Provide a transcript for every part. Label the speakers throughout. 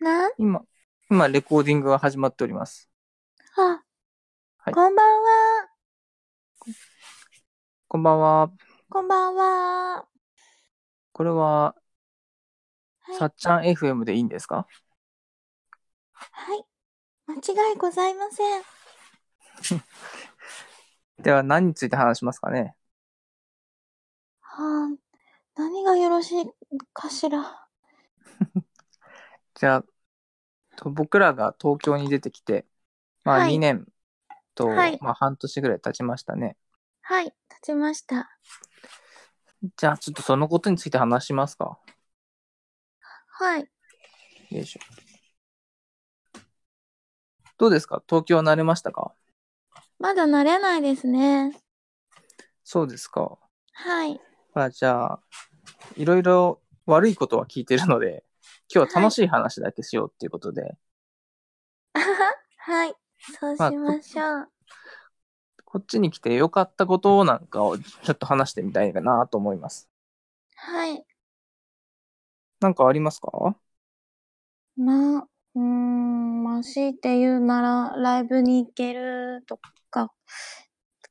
Speaker 1: な
Speaker 2: 今、今、レコーディングが始まっております。
Speaker 1: あ、
Speaker 2: はい
Speaker 1: こんばんは。
Speaker 2: こんばんは。
Speaker 1: こんばんは。
Speaker 2: これは、
Speaker 1: はい
Speaker 2: さっちゃん FM でいいんですか
Speaker 1: はい。間違いございません。
Speaker 2: では、何について話しますかね
Speaker 1: はあ、何がよろしいかしら。
Speaker 2: じゃあ、と僕らが東京に出てきて、まあ、
Speaker 1: はい
Speaker 2: 2年と、
Speaker 1: はい
Speaker 2: まあ、半年ぐらい経ちましたね。
Speaker 1: はい、立ちました。
Speaker 2: じゃあ、ちょっとそのことについて話しますか
Speaker 1: はい。
Speaker 2: よいしょ。どうですか東京慣れましたか
Speaker 1: まだ慣れないですね。
Speaker 2: そうですか。
Speaker 1: はい。
Speaker 2: まあ、じゃあ、いろいろ悪いことは聞いてるので、 今日は楽しい話だけしようっていうことで、
Speaker 1: あはははい。そうしましょう。
Speaker 2: こっちに来て良かったことなんかをちょっと話してみたいかなと思います。
Speaker 1: はい。
Speaker 2: なんかありますか
Speaker 1: まあ、うーん、まあ、強いて言うなら、ライブに行けるとか、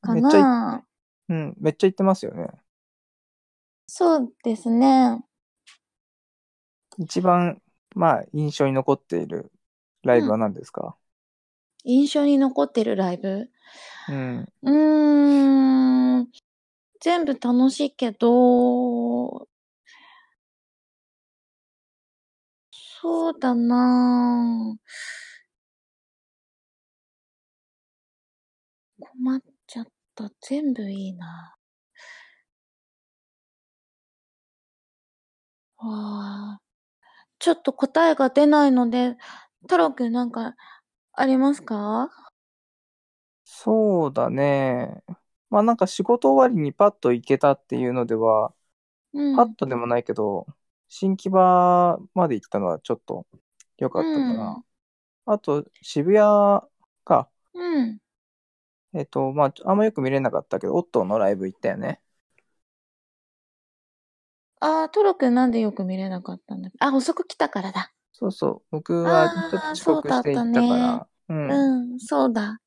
Speaker 1: か
Speaker 2: めっちゃ
Speaker 1: な。
Speaker 2: うん、めっちゃ言ってますよね。
Speaker 1: そうですね。
Speaker 2: 一番、まあ、印象に残っているライブは何ですか、
Speaker 1: 印象に残ってるライブ
Speaker 2: うん、
Speaker 1: うーん。全部楽しいけど、そうだなぁ困っちゃった。全部いいなぁわあ。ちょっと答えが出ないので、太郎くんなんかありますか
Speaker 2: そうだね。まあなんか仕事終わりにパッと行けたっていうのでは、
Speaker 1: うん。
Speaker 2: パッとでもないけど、新木場まで行ったのはちょっと良かったかな。あと、渋谷か。
Speaker 1: うん。うん。
Speaker 2: えっと、まあ、あんまよく見れなかったけど、オットーのライブ行ったよね。
Speaker 1: ああ、トロくんなんでよく見れなかったんだあ、遅く来たからだ。
Speaker 2: そうそう。僕はちょっと遅刻して行ったか
Speaker 1: あーそうだ
Speaker 2: ら。う。
Speaker 1: うんん、そうだ。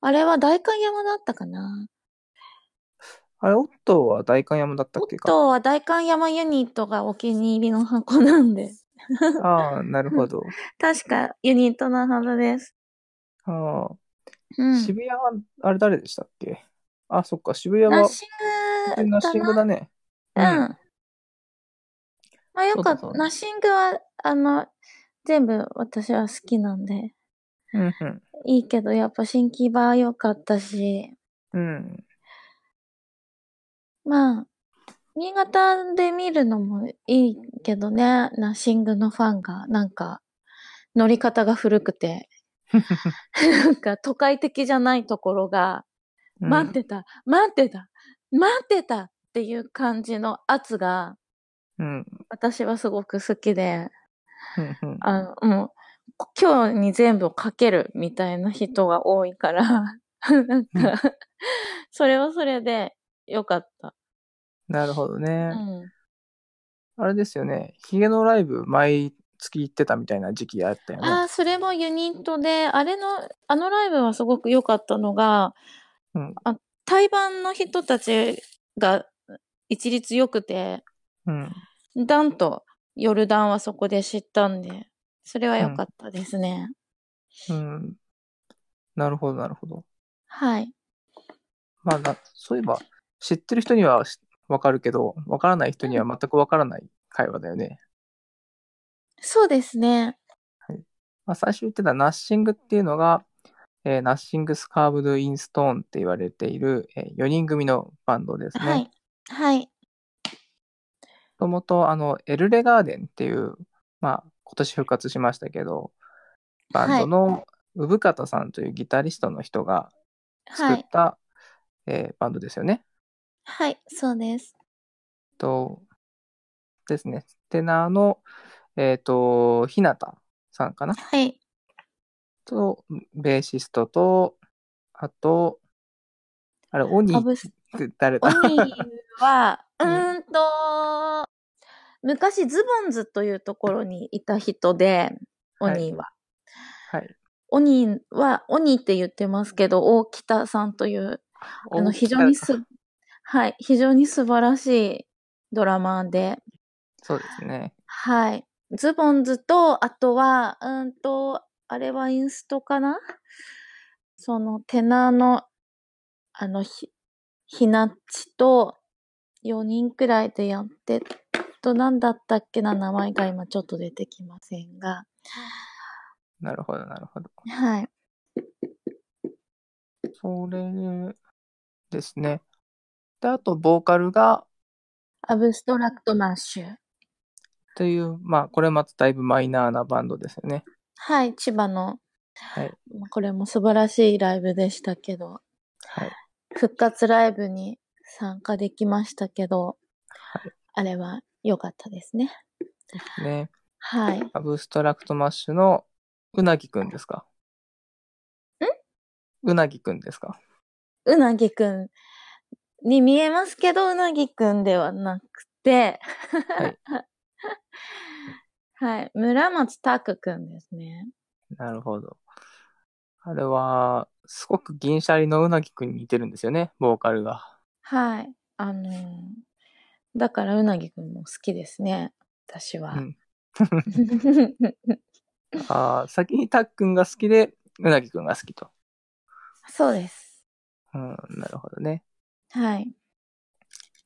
Speaker 1: あれは代官山だったかな。
Speaker 2: あれ、オットーは代官山だったっ
Speaker 1: おっ
Speaker 2: けか。
Speaker 1: とは代官山ユニットがお気に入りの箱なんで。
Speaker 2: ああ、なるほど。
Speaker 1: 確かユニットのはずです。
Speaker 2: あ
Speaker 1: う
Speaker 2: あ
Speaker 1: ん。
Speaker 2: 渋谷は、あれ誰でしたっけあ、そっか、渋谷
Speaker 1: ナッ
Speaker 2: は、
Speaker 1: シング
Speaker 2: ナッシングだね。
Speaker 1: うん。まあよかっ
Speaker 2: そ
Speaker 1: た。
Speaker 2: うだそうだ
Speaker 1: ナッシングは、あの、全部私は好きなんで。
Speaker 2: うん、うん
Speaker 1: いいけど、やっぱ新木場良かったし。
Speaker 2: うん。うん。
Speaker 1: まあ、新潟で見るのもいいけどね、ナッシングのファンが、なんか、乗り方が古くて、なんか都会的じゃないところが、
Speaker 2: うん
Speaker 1: 待ってた、待ってた、待ってたっていう感じの圧が、
Speaker 2: うん。
Speaker 1: 私はすごく好きで、
Speaker 2: うんうん
Speaker 1: あの、もう、今日に全部をかけるみたいな人が多いから、なんか、それはそれで良かった。
Speaker 2: なるほど
Speaker 1: う
Speaker 2: ね。
Speaker 1: ん。
Speaker 2: あれですよね。ヒゲのライブ、毎月行ってたみたいな時期あったよ
Speaker 1: あ
Speaker 2: ね。
Speaker 1: あ、それもユニットで、あれの、あのライブはすごく良かったのが、
Speaker 2: うん
Speaker 1: あ対バンの人たちが一律良くて、
Speaker 2: うん。
Speaker 1: ダンとヨルダンはそこで知ったんで、それは良かったですね。
Speaker 2: うん。なるほど、なるほど。
Speaker 1: はい。
Speaker 2: まあな、そういえば、知ってる人にはしわかるけど、わからない人には全くわからない会話だよね。
Speaker 1: そうですね。
Speaker 2: まあ、最初言ってたナッシングっていうのが、えーナッシングスカーブドインストーンって言われている、え4人組のバンドですね。
Speaker 1: はい。はい。
Speaker 2: もともと、あの、エルレガーデンっていう、まあ、今年復活しましたけど、バンドの産方さんというギタリストの人が
Speaker 1: は
Speaker 2: 作っ
Speaker 1: い。
Speaker 2: た、えーバンドですよね。
Speaker 1: はい。そうです。
Speaker 2: と、ですね。テナーの、えっ、と、ひなたさんかな
Speaker 1: はい。
Speaker 2: と、ベーシストと、あと、あれ、オニ
Speaker 1: ア
Speaker 2: っ
Speaker 1: ブス、
Speaker 2: て誰
Speaker 1: オ
Speaker 2: だ
Speaker 1: ニーは、う
Speaker 2: うん
Speaker 1: ーんと、昔ズボンズというところにいた人で、オニーは。
Speaker 2: はい。
Speaker 1: オニーは、オニーって言ってますけど、大北さんという、あの、
Speaker 2: 大き
Speaker 1: 非
Speaker 2: な
Speaker 1: 常にす、はい、非常に素晴らしいドラマで、
Speaker 2: そうですね。
Speaker 1: はい。ズボンズと、あとは、うーんと、あれはインストかなその、テナーの、あの、ひ、ひなっちと、4人くらいでやって、と、なんだったっけな名前が今ちょっと出てきませんが、
Speaker 2: なるほど、なるほど。
Speaker 1: はい。
Speaker 2: それですね。で、あと、ボーカルが、
Speaker 1: アブストラクトマッシュ。
Speaker 2: という、まあ、これまただいぶマイナーなバンドですよね。
Speaker 1: はい、千葉の、
Speaker 2: はい。
Speaker 1: これも素晴らしいライブでしたけど、
Speaker 2: はい。
Speaker 1: 復活ライブに参加できましたけど、
Speaker 2: は
Speaker 1: あれは良かったですね。
Speaker 2: い。ね。
Speaker 1: はい。
Speaker 2: アブストラクトマッシュの、うなぎくんですかんうなぎくんですか
Speaker 1: うなぎくんに見えますけど、うなぎくんではなくて、
Speaker 2: い
Speaker 1: はい。村松拓くんですね。
Speaker 2: なるほど。あれは、すごく銀シャリのうなぎくんに似てるんですよね、ボーカルが。
Speaker 1: はい。あのーだからうなぎくんも好きですね。私は。
Speaker 2: うんあー先にたっくんが好きで、うなぎくんが好きと。
Speaker 1: そうです。
Speaker 2: うん、なるほどね。
Speaker 1: はい。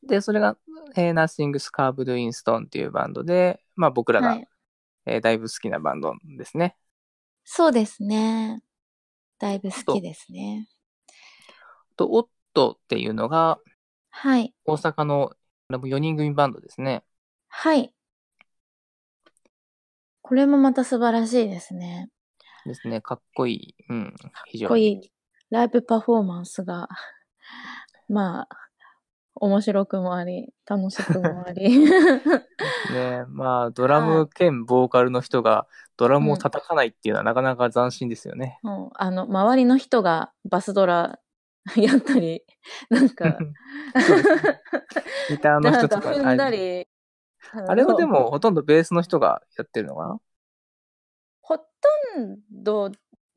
Speaker 2: で、それが、えー、Nothing Carved in Stone っていうバンドで、まあ僕らが、
Speaker 1: はい。
Speaker 2: えーだいぶ好きなバンドですね。
Speaker 1: そうですね。だいぶ好きですね。
Speaker 2: と、オットっていうのが、
Speaker 1: はい。
Speaker 2: 大阪の、これも4人組バンドですね。
Speaker 1: はい。これもまた素晴らしいですね。
Speaker 2: ですね。かっこいい。うん。非
Speaker 1: かっ
Speaker 2: 常
Speaker 1: こ
Speaker 2: に。
Speaker 1: いいライブパフォーマンスが、 まあ、面白くもあり、楽しくもあ り。
Speaker 2: ね。まあ、ドラ
Speaker 1: は
Speaker 2: ム兼ボーカルの人が、ドラムを叩かないっていうのはなかなか斬新ですよね。
Speaker 1: もうあの、周りの人がバスドラ やったり、なんか、
Speaker 2: そうですね ギターの
Speaker 1: なん
Speaker 2: 人
Speaker 1: か
Speaker 2: とか。
Speaker 1: 踏んだり。
Speaker 2: あれはで
Speaker 1: も、
Speaker 2: も、ほとんどベースの人がやってるのか
Speaker 1: ほとんど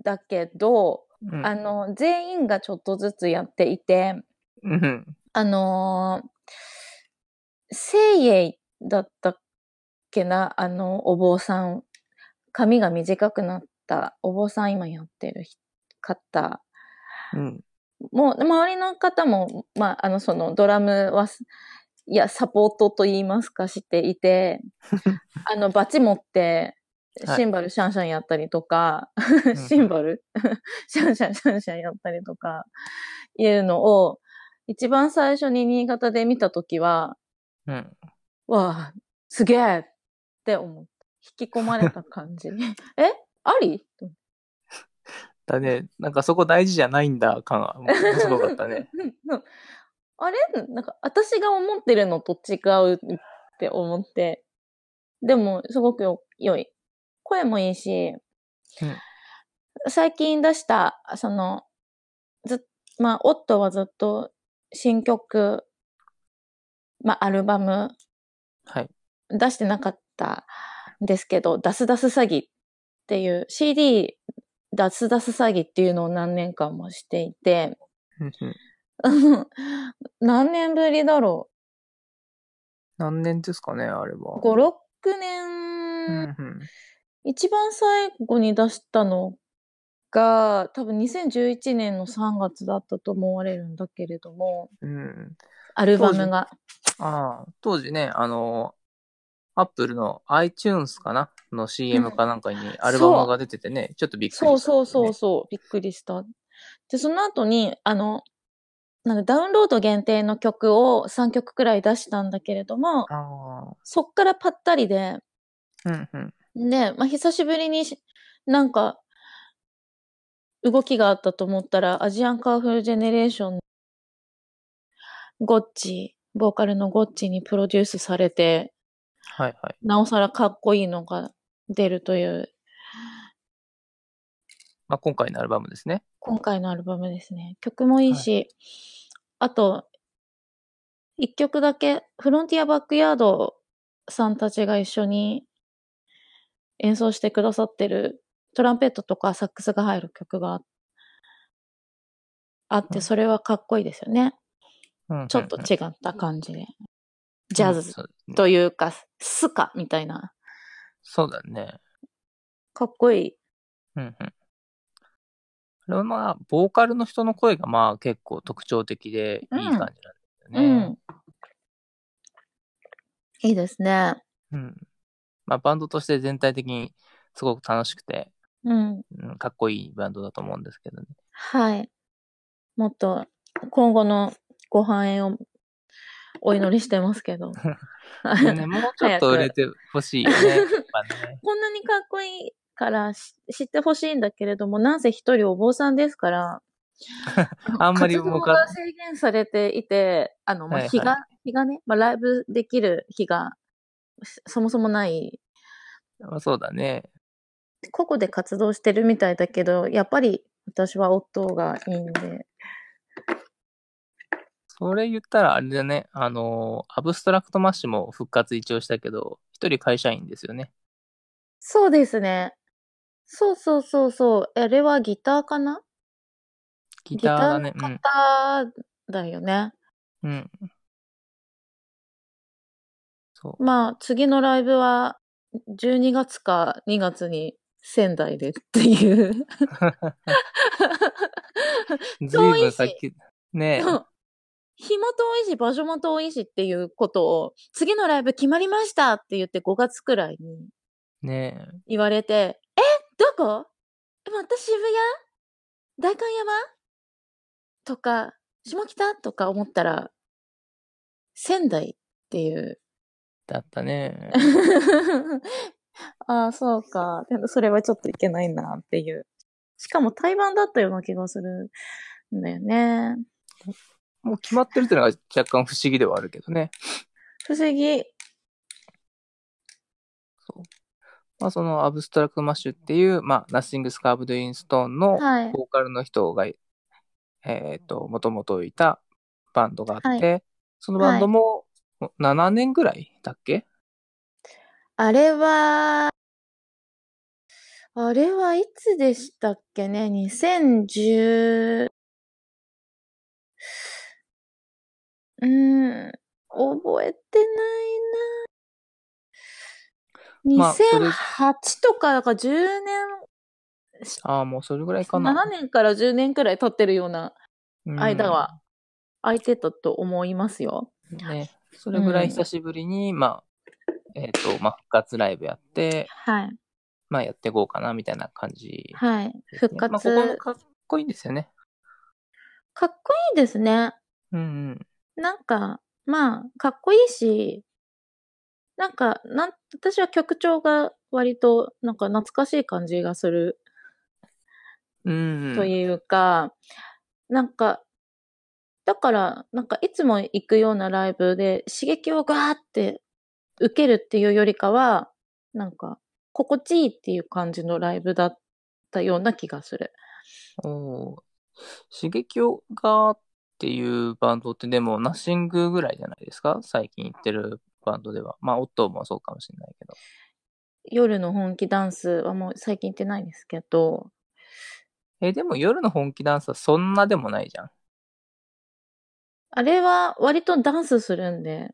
Speaker 1: だけど、
Speaker 2: なうん
Speaker 1: あの、全員がちょっとずつやっていて、
Speaker 2: うん。
Speaker 1: あのー、聖イだったっけな、あの、お坊さん。髪が短くなった、お坊さん今やってる人方。
Speaker 2: うん。
Speaker 1: もう、周りの方も、まあ、あの、その、ドラムは、いや、サポートと言いますか、してい て、あの、バチ持って、
Speaker 2: はい
Speaker 1: シンバルシャンシャンやったりとか、
Speaker 2: ん
Speaker 1: シンバル シャンシャンシャンシャンやったりとか、いうのを、一番最初に新潟で見たときは、
Speaker 2: うん。
Speaker 1: わあ、すげえって思った。引き込まれた感 じ。えあり
Speaker 2: だね。なんかそこ大事じゃないんだ感が、 すごかったね。。
Speaker 1: うんあれなんか、私が思ってるのと違うって思って。でも、すごくよ良い。声もいいし、
Speaker 2: うん
Speaker 1: 最近出した、その、ず、まあ、オットはずっと新曲、まあ、アルバム
Speaker 2: はい。
Speaker 1: 出してなかったんですけど、ダスダス詐欺っていう、CD ダスダス詐欺っていうのを何年間もしていて、
Speaker 2: うんうん
Speaker 1: うん 何年ぶりだろ
Speaker 2: 何年ですかね、あれ
Speaker 1: う。
Speaker 2: は。
Speaker 1: 5、6
Speaker 2: うん
Speaker 1: 年、
Speaker 2: うん
Speaker 1: 一番最後に出したのが、多分2011年の3月だったと思われるんだけれども、
Speaker 2: うん。
Speaker 1: アルバムが。
Speaker 2: ああ、当時ね、あの、アップルの iTunes かなの CM かなんかにアルバムが出ててね、ちょっとびっくりした、
Speaker 1: そうそうそう。そう、びっくりした。で、その後に、あの、なんかダウンロード限定の曲を3曲くらい出したんだけれども、
Speaker 2: あ
Speaker 1: そっからぱったりで、
Speaker 2: あ。うんうん。
Speaker 1: で、まあ、久しぶりにし、なんか、動きがあったと思ったら、アジアンカーフルジェネレーションのゴッチ、ボーカルのゴッチにプロデュースされて、
Speaker 2: はいはい。
Speaker 1: なおさらかっこいいのが出るという、
Speaker 2: まあ、今回のアルバムですね。
Speaker 1: 今回のアルバムですね。曲もいいし、あと、一曲だけ、フロンティアバックヤードさんたちが一緒に演奏してくださってるトランペットとかサックスが入る曲があっ
Speaker 2: う
Speaker 1: て、
Speaker 2: ん
Speaker 1: それはかっこいいですよね。
Speaker 2: うん
Speaker 1: ちょっと
Speaker 2: うんうん
Speaker 1: 違った感じで。ジャズ
Speaker 2: そうですね
Speaker 1: というか、スカみたいな、
Speaker 2: そうだね。
Speaker 1: かっこいい。
Speaker 2: うんうん。あれはまあ、ボーカルの人の声がまあ結構特徴的でいい感じなんですよ
Speaker 1: う
Speaker 2: ね。
Speaker 1: ん。いいですね。
Speaker 2: うん。まあ、バンドとして全体的にすごく楽しくて、
Speaker 1: うん。
Speaker 2: うん、かっこいいバンドだと思うんですけどね。
Speaker 1: はい。もっと、今後のご繁栄をお祈りしてます けど。
Speaker 2: ねもうちょっと売れてほしいよね。やっぱ ね
Speaker 1: こんなにかっこいいからし知ってほしいんだけれども、なんせ一人お坊さんですから、
Speaker 2: あんまり
Speaker 1: 活動
Speaker 2: 動か
Speaker 1: が制限されていて、あの、まあ、
Speaker 2: はいはい
Speaker 1: 日が、日がね、まあ、ライブできる日が、そそもそもない。
Speaker 2: まあそうだね。
Speaker 1: 個々で活動してるみたいだけど、やっぱり私は夫がいいんで。
Speaker 2: それ言ったらあれだね。あのーアブストラクトマッシュも復活一応したけど、一人会社員ですよね。
Speaker 1: そうですね。そうそうそうそう。あれはギターかな
Speaker 2: ギターがね、
Speaker 1: ギターの方だよね。
Speaker 2: うん。うん。そう。
Speaker 1: まあ、次のライブは、12月か2月に仙台でっていう。
Speaker 2: ずいぶん先、 ね
Speaker 1: そう日も遠いし、場所も遠いしっていうことを、次のライブ決まりましたって言って5月くらいに
Speaker 2: え、ねえ。
Speaker 1: 言われて、えどこえまた渋谷代官山とか、下北とか思ったら、仙台っていう。
Speaker 2: だったね。
Speaker 1: ああ、そうか。でもそれはちょっといけないなっていう。しかも対バンだったような気がするんだよね。
Speaker 2: もう決まってるっていうのが若干不思議ではあるけどね。
Speaker 1: 不思議。
Speaker 2: まあ、そのアブストラクトマッシュっていう、まあ、ナッシングスカーブドインストーンの
Speaker 1: はい。
Speaker 2: ボーカルの人が、えっ、と、もともといたバンドがあって、そのバンドももう7年ぐらいだっけ、
Speaker 1: あれは、あれはいつでしたっけね ?2010、うーん、覚えてない
Speaker 2: まあ
Speaker 1: な。
Speaker 2: それ
Speaker 1: 2008とか、だから10
Speaker 2: ああ、もうそれぐらいか
Speaker 1: 年、
Speaker 2: な。
Speaker 1: 7年から10年くらい経ってるような
Speaker 2: うん
Speaker 1: 間は。空いてたと思いますよ。
Speaker 2: ね。それぐらい久しぶりに、まあ、えっ、と、まあ、復活ライブやって、
Speaker 1: はい。
Speaker 2: まあ、やっていこうかな、みたいな感じ、
Speaker 1: はい。
Speaker 2: です
Speaker 1: 復活、
Speaker 2: ねまあ、ここもかっこいいんですよね。
Speaker 1: かっこいいですね。
Speaker 2: うんうん。
Speaker 1: なんか、まあ、かっこいいし、なんか、なん、私は曲調が割と、なんか懐かしい感じがする
Speaker 2: うん、うん。
Speaker 1: というか、なんか、だから、なんかいつも行くようなライブで刺激をガーって受けるっていうよりかは、なんか、心地いいっていう感じのライブだったような気がする。
Speaker 2: おー刺激をがっていうバンドってでも、ナッシングぐらいじゃないですか最近行ってるバンドでは。まあ、オットーもそうかもしれないけど。
Speaker 1: 夜の本気ダンスはもう最近行ってないんですけど、
Speaker 2: え、でも夜の本気ダンスはそんなでもないじゃん。
Speaker 1: あれは割とダンスするんで、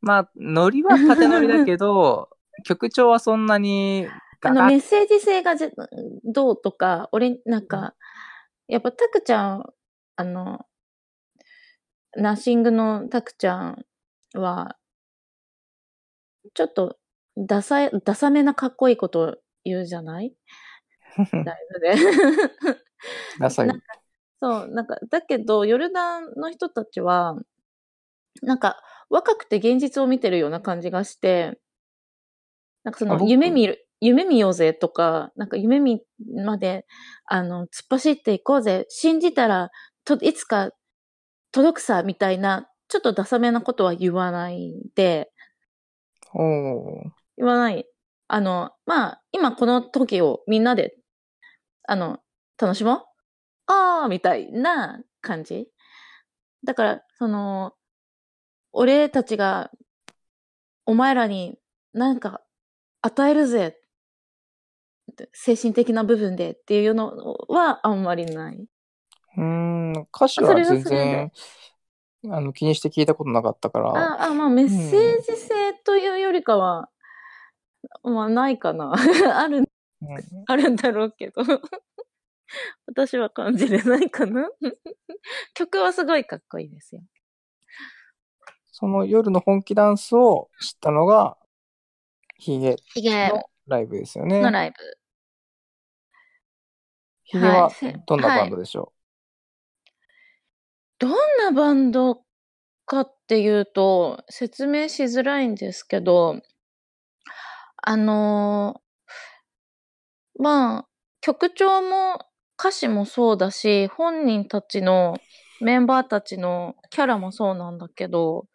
Speaker 2: まあ、ノリは縦ノリだけど、 曲調はそんなに
Speaker 1: あ
Speaker 2: ガ
Speaker 1: の、
Speaker 2: ガ
Speaker 1: メ
Speaker 2: ッ、
Speaker 1: ッセージ性がぜどうとか、俺、なんか、やっぱタクちゃん、あの、ナッシングのタクちゃんは、ちょっと、ダサい、ダサめなかっこいいことを言うじゃないライブで。
Speaker 2: ダサい
Speaker 1: な。そう、なんか、だけど、ヨルダンの人たちは、なんか、若くて現実を見てるような感じがして、なんかそ
Speaker 2: あ
Speaker 1: の、
Speaker 2: 僕
Speaker 1: 夢見る、夢見ようぜとか、なんか夢見まで、あの、突っ走っていこうぜ、信じたら、と、いつか届くさ、みたいな、ちょっとダサめなことは言わないで、
Speaker 2: おおー
Speaker 1: 言わない。あの、まあ、今この時をみんなで、あの、楽しもうあーみたいな感じ。だから、その、俺たちが、お前らになんか与えるぜ精神的な部分でっていうのはあんまりない。
Speaker 2: うーん、歌詞は全然、あの、気にして聞いたことなかったから、
Speaker 1: ああ、まあメッセージ性というよりかは、まあないかな。ある、
Speaker 2: うん
Speaker 1: あるんだろうけど。私は感じれないかな。 曲はすごいかっこいいですよ。
Speaker 2: その夜の本気ダンスを知ったのが、ヒゲ
Speaker 1: ヒゲ
Speaker 2: のライブですよね。
Speaker 1: のライブ。
Speaker 2: ヒゲは
Speaker 1: せ
Speaker 2: どんなバンドでしょ
Speaker 1: どんなバンドかっていうと、説明しづらいんですけど、あのーまあ、曲調も歌詞もそうだし、本人たちのメンバーたちのキャラもそうなんだけど、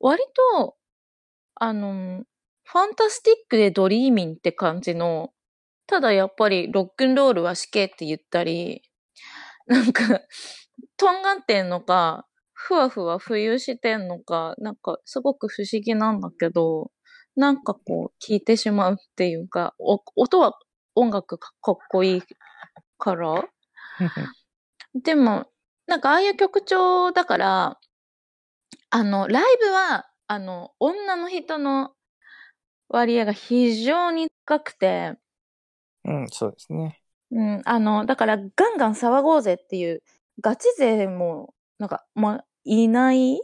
Speaker 1: 割と、あのーファンタスティックでドリーミンって感じの、ただやっぱりロックンロールは死刑って言ったり、なんか、とんがってんのか、ふわふわ浮遊してんのか、なんかすごく不思議なんだけど、なんかこう聞いてしまうっていうか、お音は音楽かかっこいいから、
Speaker 2: う
Speaker 1: でも、なんかああいう曲調だから、あの、ライブは、あの、女の人の割合が非常に高くて、
Speaker 2: うん、そうですね。
Speaker 1: うん、あの、だから、ガンガン騒ごうぜっていう、ガチ勢も、なんか、まあ、いない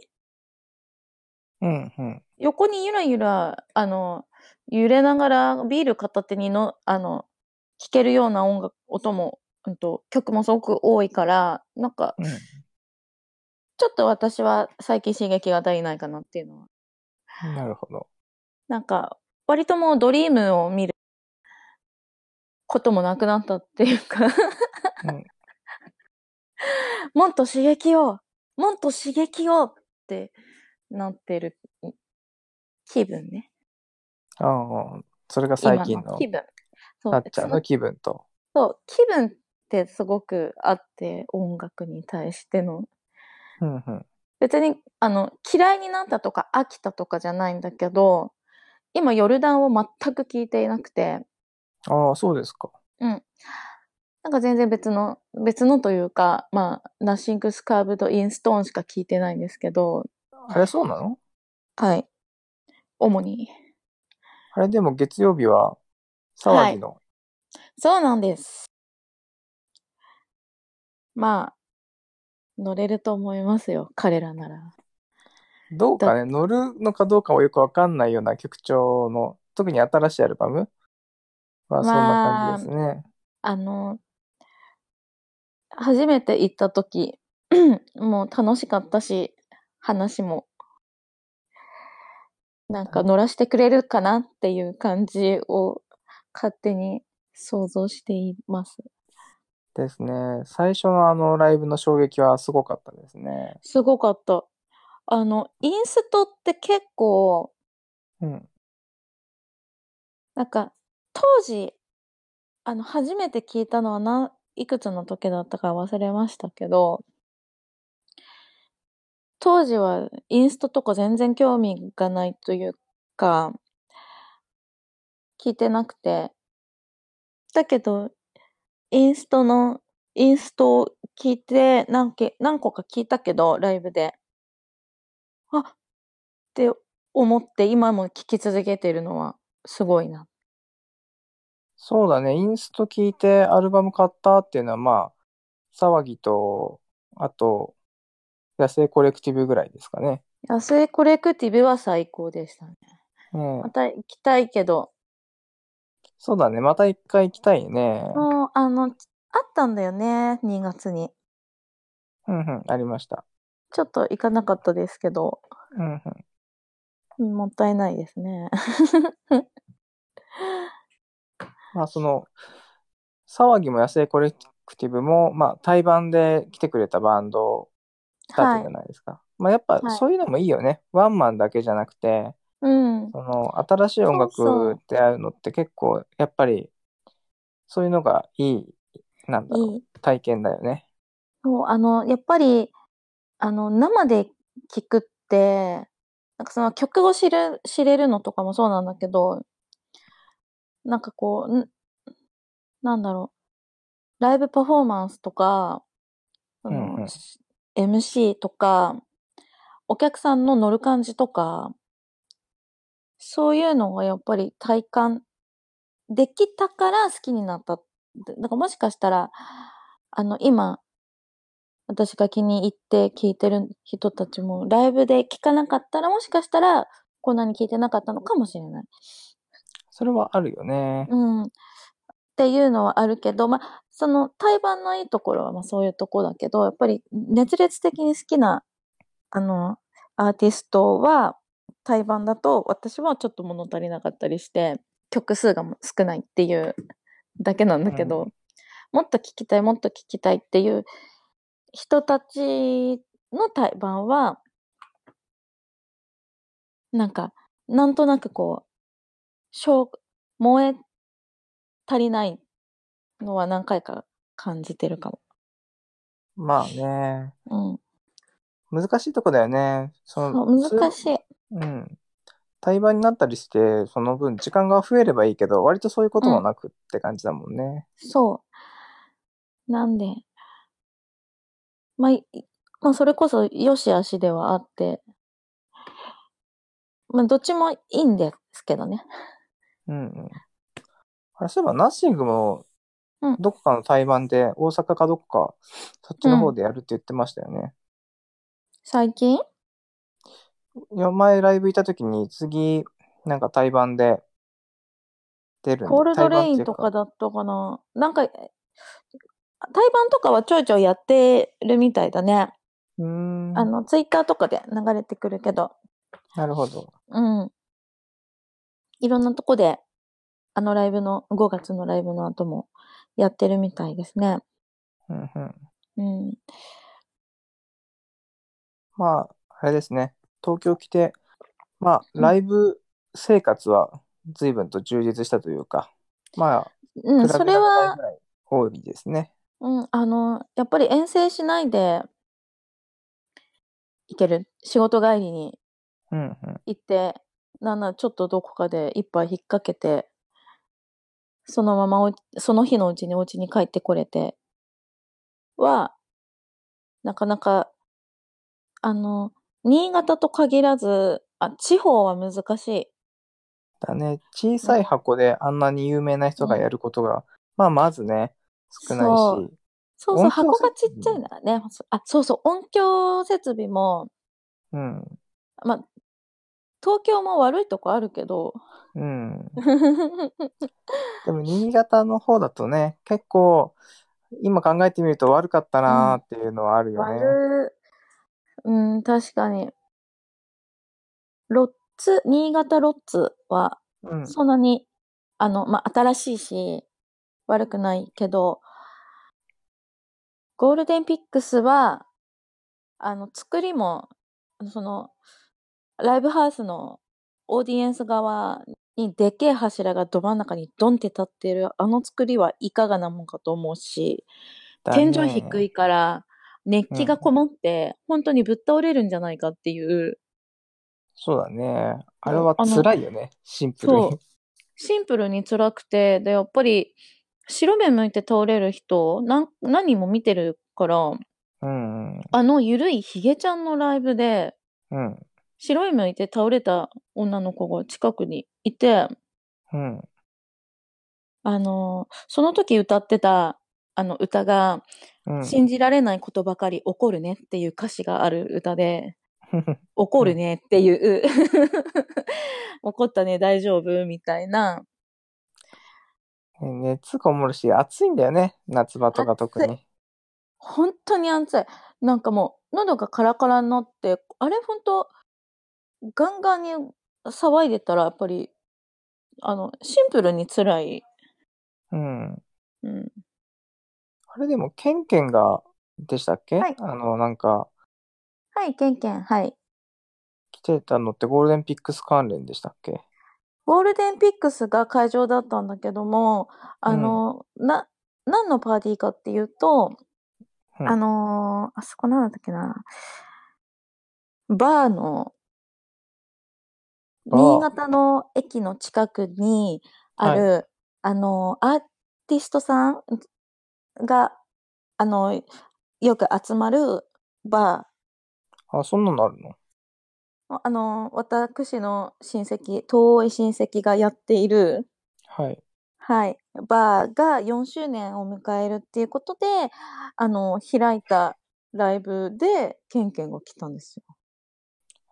Speaker 2: うん、うん。
Speaker 1: 横にゆらゆら、あの、揺れながらビール片手にの、あの、聴けるような音楽、音も、うんと、曲もすごく多いから、なんか、
Speaker 2: うん
Speaker 1: ちょっと私は最近刺激が足りないかなっていうのは。
Speaker 2: なるほど。
Speaker 1: なんか、割ともうドリームを見ることもなくなったっていうか、
Speaker 2: うん
Speaker 1: もっと刺激を、もっと刺激をってなってる気分ね。
Speaker 2: ああ、それが最近
Speaker 1: 今
Speaker 2: の、
Speaker 1: 気分。そう
Speaker 2: なっちゃんの気分と。
Speaker 1: そう、気分ってすごくあって、音楽に対しての。
Speaker 2: うん、うん。
Speaker 1: 別に、あの、嫌いになったとか飽きたとかじゃないんだけど、今、ヨルダンを全く聞いていなくて、
Speaker 2: ああ、そうですか。
Speaker 1: なんか全然別の、別のというか、まあ、ナッシングスカーブドインストーンしか聞いてないんですけど、
Speaker 2: あれそうなの
Speaker 1: はい。主に。
Speaker 2: あれでも月曜日は、騒ぎの、
Speaker 1: そうなんです。まあ、乗れると思いますよ、彼らなら。
Speaker 2: どうかね、乗るのかどうかはよくわかんないような曲調の、特に新しいアルバムはそんな感じですね。
Speaker 1: あの、初めて行った時、 もう楽しかったし、話も。なんか乗らしてくれるかなっていう感じを勝手に想像しています。
Speaker 2: ですね。最初のあのライブの衝撃はすごかったですね。
Speaker 1: すごかった。あの、インストって結構、
Speaker 2: うん。
Speaker 1: なんか、当時、あの、初めて聞いたのは何、いくつの時だったか忘れましたけど、当時はインストとか全然興味がないというか、聞いてなくて、だけど、インストの、インストを聞いて、何け、何個か聞いたけど、ライブで。あって思って、今も聞き続けてるのは、すごいな
Speaker 2: そうだね。インスト聞いてアルバム買ったっていうのは、まあ、騒ぎと、あと、野生コレクティブぐらいですかね。
Speaker 1: 野生コレクティブは最高でしたね。
Speaker 2: うん
Speaker 1: ま。た行きたいけど、
Speaker 2: そうだね。また一回行きたいね。
Speaker 1: もう、あの、あったんだよね、2月に。
Speaker 2: うんうん。ありました。
Speaker 1: ちょっと行かなかったですけど、
Speaker 2: うんうん。
Speaker 1: うんもったいないです ね。
Speaker 2: まあその騒ぎも野生コレクティブも、まあ、対バンで来てくれたバンドだったじゃないですか、まあやっぱ
Speaker 1: はい
Speaker 2: そういうのもいいよね、ワンマンだけじゃなくて
Speaker 1: うん。
Speaker 2: その新しい音
Speaker 1: そうそう
Speaker 2: 楽であるのって結構やっぱりそういうのがいいなんだろう
Speaker 1: いい。
Speaker 2: 体験だよね
Speaker 1: そう、あの、やっぱり、あの、生で聞くって、なんかその曲を知る、知れるのとかもそうなんだけど、なんかこう、んなんだろう、ライブパフォーマンスとか、その
Speaker 2: うんうん
Speaker 1: MC とか、お客さんの乗る感じとか、そういうのがやっぱり体感できたから好きになったって。だからもしかしたら、あの、今、私が気に入って聞いてる人たちも、ライブで聞かなかったら、もしかしたら、こんなに聞いてなかったのかもしれない。
Speaker 2: それはあるよね。
Speaker 1: うん。っていうのはあるけど、まあ、その対バンのいいところはまあそういうところだけど、やっぱり熱烈的に好きな、あの、アーティストは、対バンだと私はちょっと物足りなかったりして、曲数が少ないっていうだけなんだけど、
Speaker 2: う
Speaker 1: もっと聞きたい、もっと聞きたいっていう人たちの対バンは、なんか、なんとなくこう、しょう燃え足りないのは何回か感じてるか
Speaker 2: まあね。
Speaker 1: も。
Speaker 2: 難しいとこだよね。
Speaker 1: う
Speaker 2: そ
Speaker 1: ん。
Speaker 2: の
Speaker 1: そう難
Speaker 2: い。
Speaker 1: しい。
Speaker 2: うん。対話になったりして、その分時間が増えればいいけど、割とそういうこともなくって感じだもんね。
Speaker 1: そう。なんで、まあ、いまあ、それこそ良し悪しではあって、まあ、どっちもいいんですけどね。
Speaker 2: うん、うん。あれ、そういえば、ナッシングも
Speaker 1: うん、
Speaker 2: どこかの対話で、大阪かどこか、そっちの方でやるって言ってましたよね。
Speaker 1: 最近
Speaker 2: いや、前ライブ行った時に、次、なんか対バンで出るん
Speaker 1: コールドレインと。
Speaker 2: 対バン
Speaker 1: か
Speaker 2: っていう
Speaker 1: だったかな。なんか、え対バンとかはちょいちょいやってるみたいだね。
Speaker 2: うーん。
Speaker 1: あの、ツイッターとかで流れてくるけど。
Speaker 2: なるほど。
Speaker 1: うん。いろんなとこで、あのライブの、5月のライブの後もやってるみたいですね。
Speaker 2: うんうん。
Speaker 1: うん。
Speaker 2: まあ、あれですね。東京来て、まあ、
Speaker 1: うん
Speaker 2: ライブ生活は随分と充実したというか、まあ、
Speaker 1: うん、
Speaker 2: 比べ
Speaker 1: そ
Speaker 2: ら
Speaker 1: れ
Speaker 2: れない
Speaker 1: は
Speaker 2: ぐ、らい多いですね。
Speaker 1: うん、あの、やっぱり遠征しないで行ける。仕事帰りに
Speaker 2: うんうん。
Speaker 1: 行って、なんならちょっとどこかで一杯引っ掛けて、そのままお、その日のうちにお家に帰ってこれて、は、なかなか、あの、新潟と限らず、あ、地方は難しい。
Speaker 2: だね、小さい箱であんなに有名な人がやることが、まあ、まずね、少な
Speaker 1: そ
Speaker 2: いうし。
Speaker 1: そうそう、
Speaker 2: 音響設備
Speaker 1: 箱がちっちゃいならね。あ、そうそう、音響設備も、
Speaker 2: うん。
Speaker 1: まあ、東京も悪いとこあるけど、
Speaker 2: うん。でも新潟の方だとね、結構、今考えてみると悪かったなーっていうのはあるよね。
Speaker 1: 悪い。うん、確かに。ロッツ、新潟ロッツは、
Speaker 2: うん。
Speaker 1: そんなに、あの、まあ、新しいし、悪くないけど、ゴールデンピックスは、あの、作りも、その、ライブハウスのオーディエンス側にでけえ柱がど真ん中にドンって立ってる、あの作りはいかがなもんかと思うし、
Speaker 2: だね
Speaker 1: 天井低い。から、熱気がこもって、本当にぶっ倒れるんじゃないかっていう、
Speaker 2: そうだね。あれは辛いよね。シンプルに。
Speaker 1: そうシンプルに辛くて、で、やっぱり、白目向いて倒れる人、なん何人も見てるから、
Speaker 2: うんうん。
Speaker 1: あのゆるいヒゲちゃんのライブで、
Speaker 2: うん。
Speaker 1: 白い目向いて倒れた女の子が近くにいて、
Speaker 2: うん。
Speaker 1: あの、その時歌ってた、あの歌が、
Speaker 2: うん。
Speaker 1: 信じられないことばかり起こるねっていう歌詞がある歌で、怒るねっていう、 怒ったね、大丈夫みたいな。
Speaker 2: 熱こもるし、暑いんだよね。夏場とか特に。
Speaker 1: 本当に暑い。なんかもう、喉がカラカラになって、あれ本当ガンガンに騒いでたら、やっぱり、あの、シンプルに辛い。
Speaker 2: うん。
Speaker 1: うん。
Speaker 2: あれでも、ケンケンが、でしたっけ、
Speaker 1: はい
Speaker 2: あの、なんか、
Speaker 1: はい、ケンケン、はい。
Speaker 2: 来てたのってゴールデンピックス関連でしたっけ
Speaker 1: ゴールデンピックスが会場だったんだけども、あの、な、何のパーティーかっていうと、
Speaker 2: うん
Speaker 1: あのーあそこなんだったっけな、バーの、
Speaker 2: バー
Speaker 1: 新潟の駅の近くにある、あのーアーティストさんが、あの、よく集まるバ
Speaker 2: あ、そんなのあるの
Speaker 1: ー、あの、私の親戚、遠い親戚がやっている、
Speaker 2: はい。
Speaker 1: はい、バーが4周年を迎えるっていうことで、あの、開いたライブで、ケンケンが来たんですよ。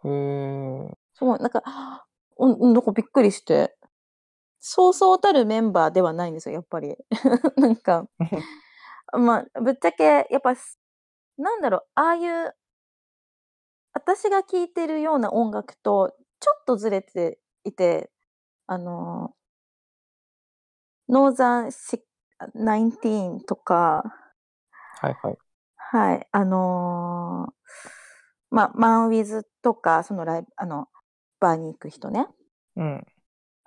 Speaker 2: へえ。
Speaker 1: すごい、なんか、おなんかびっくりして、そうそうたるメンバーではないんですよ、やっぱり。 なんか、まあ、ぶっちゃけ、やっぱ、なんだろう、ああいう、私が聴いてるような音楽と、ちょっとずれていて、あのー、ノーザンシナインティーンとか、
Speaker 2: はいはい。
Speaker 1: はい、あのーまあ、マンウィズとか、そのライブ、あの、バーに行く人ね。
Speaker 2: うん。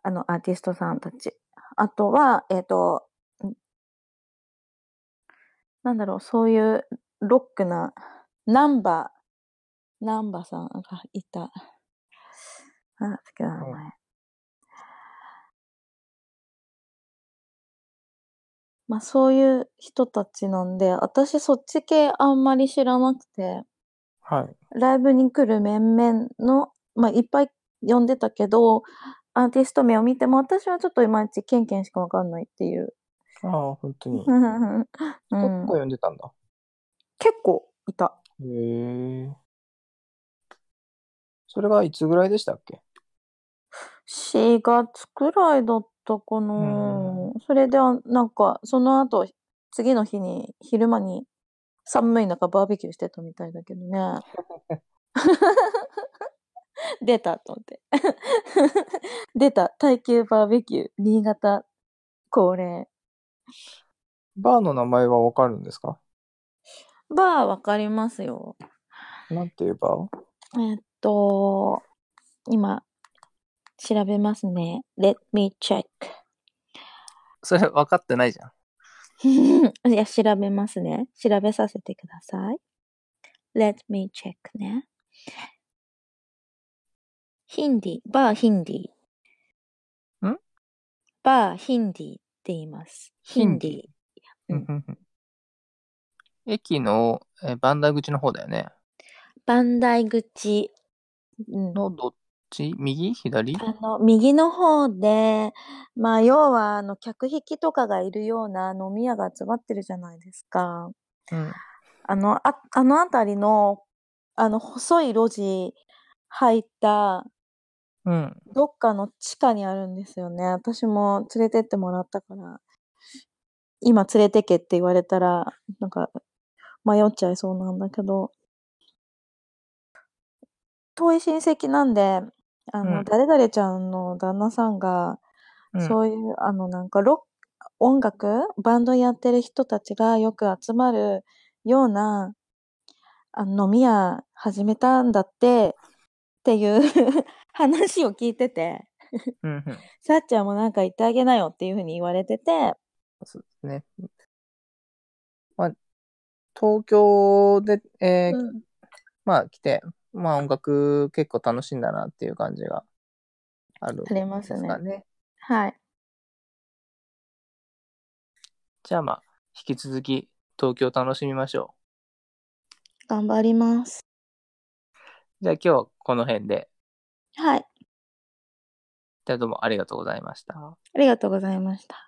Speaker 1: あの、アーティストさんたち。あとは、えっ、と、んなんだろう、そういうロックな、ナンバー、ナンバーさんがいた。なんだっけな、名前。まあそういう人たちなんで、私そっち系あんまり知らなくて。
Speaker 2: はい。
Speaker 1: ライブに来る面々の、まあ、いっぱい呼んでたけど、アーティスト名を見ても、私はちょっといまいちケンケンしかわかんないっていう。
Speaker 2: ああ、本当に。
Speaker 1: う
Speaker 2: 結
Speaker 1: ん
Speaker 2: 構読んでたんだ。
Speaker 1: 結構いた。
Speaker 2: へえ。それがいつぐらいでしたっけ
Speaker 1: 4月くらいだったかな
Speaker 2: う。
Speaker 1: それで、なんか、その後、次の日に、昼間に、寒い中バーベキューしてたみたいだけどね。 出たと思って。 出た。耐久バーベキュー、新潟恒例。
Speaker 2: バーの名前はわかるんですか
Speaker 1: バーわかりますよ。
Speaker 2: なんていうバー
Speaker 1: えっと、今、調べますね。Let me check.
Speaker 2: それ分かってないじゃん。
Speaker 1: いや、調べますね。調べさせてください。Let me check ね。ヒンディ、バーヒンディ。
Speaker 2: ん
Speaker 1: バーヒンディって言います。ヒンディ。うん
Speaker 2: 駅のえバンダイ口の方だよね。
Speaker 1: バンダイ口。うん、
Speaker 2: のどっち右左
Speaker 1: あの、右の方で、まあ、要は、あの、客引きとかがいるような飲み屋が集まってるじゃないですか。
Speaker 2: うん。
Speaker 1: あの、あ、あのあたりの、あの、細い路地入った、
Speaker 2: うん。
Speaker 1: どっかの地下にあるんですよね。私も連れてってもらったから、今連れてけって言われたら、なんか、迷っちゃいそうなんだけど、遠い親戚なんで、あの、
Speaker 2: うん
Speaker 1: 誰々ちゃんの旦那さんが、
Speaker 2: うん
Speaker 1: そういう、あの、なんか、ロック、音楽、バンドやってる人たちがよく集まるような、あの飲み屋始めたんだって、っていう 話を聞いてて、
Speaker 2: うんうん。
Speaker 1: さっちゃんもなんか言ってあげなよっていうふうに言われてて、
Speaker 2: そうですね。まあ、東京で、えー
Speaker 1: うん
Speaker 2: まあ来て、まあ音楽結構楽しんだなっていう感じがあるん
Speaker 1: あります
Speaker 2: です
Speaker 1: ね
Speaker 2: か。ね。
Speaker 1: はい。
Speaker 2: じゃあまあ、引き続き東京楽しみましょ
Speaker 1: 頑張ります。
Speaker 2: う。じゃあ今日はこの辺で。
Speaker 1: はい。
Speaker 2: じゃあどうもありがとうございました。
Speaker 1: ありがとうございました。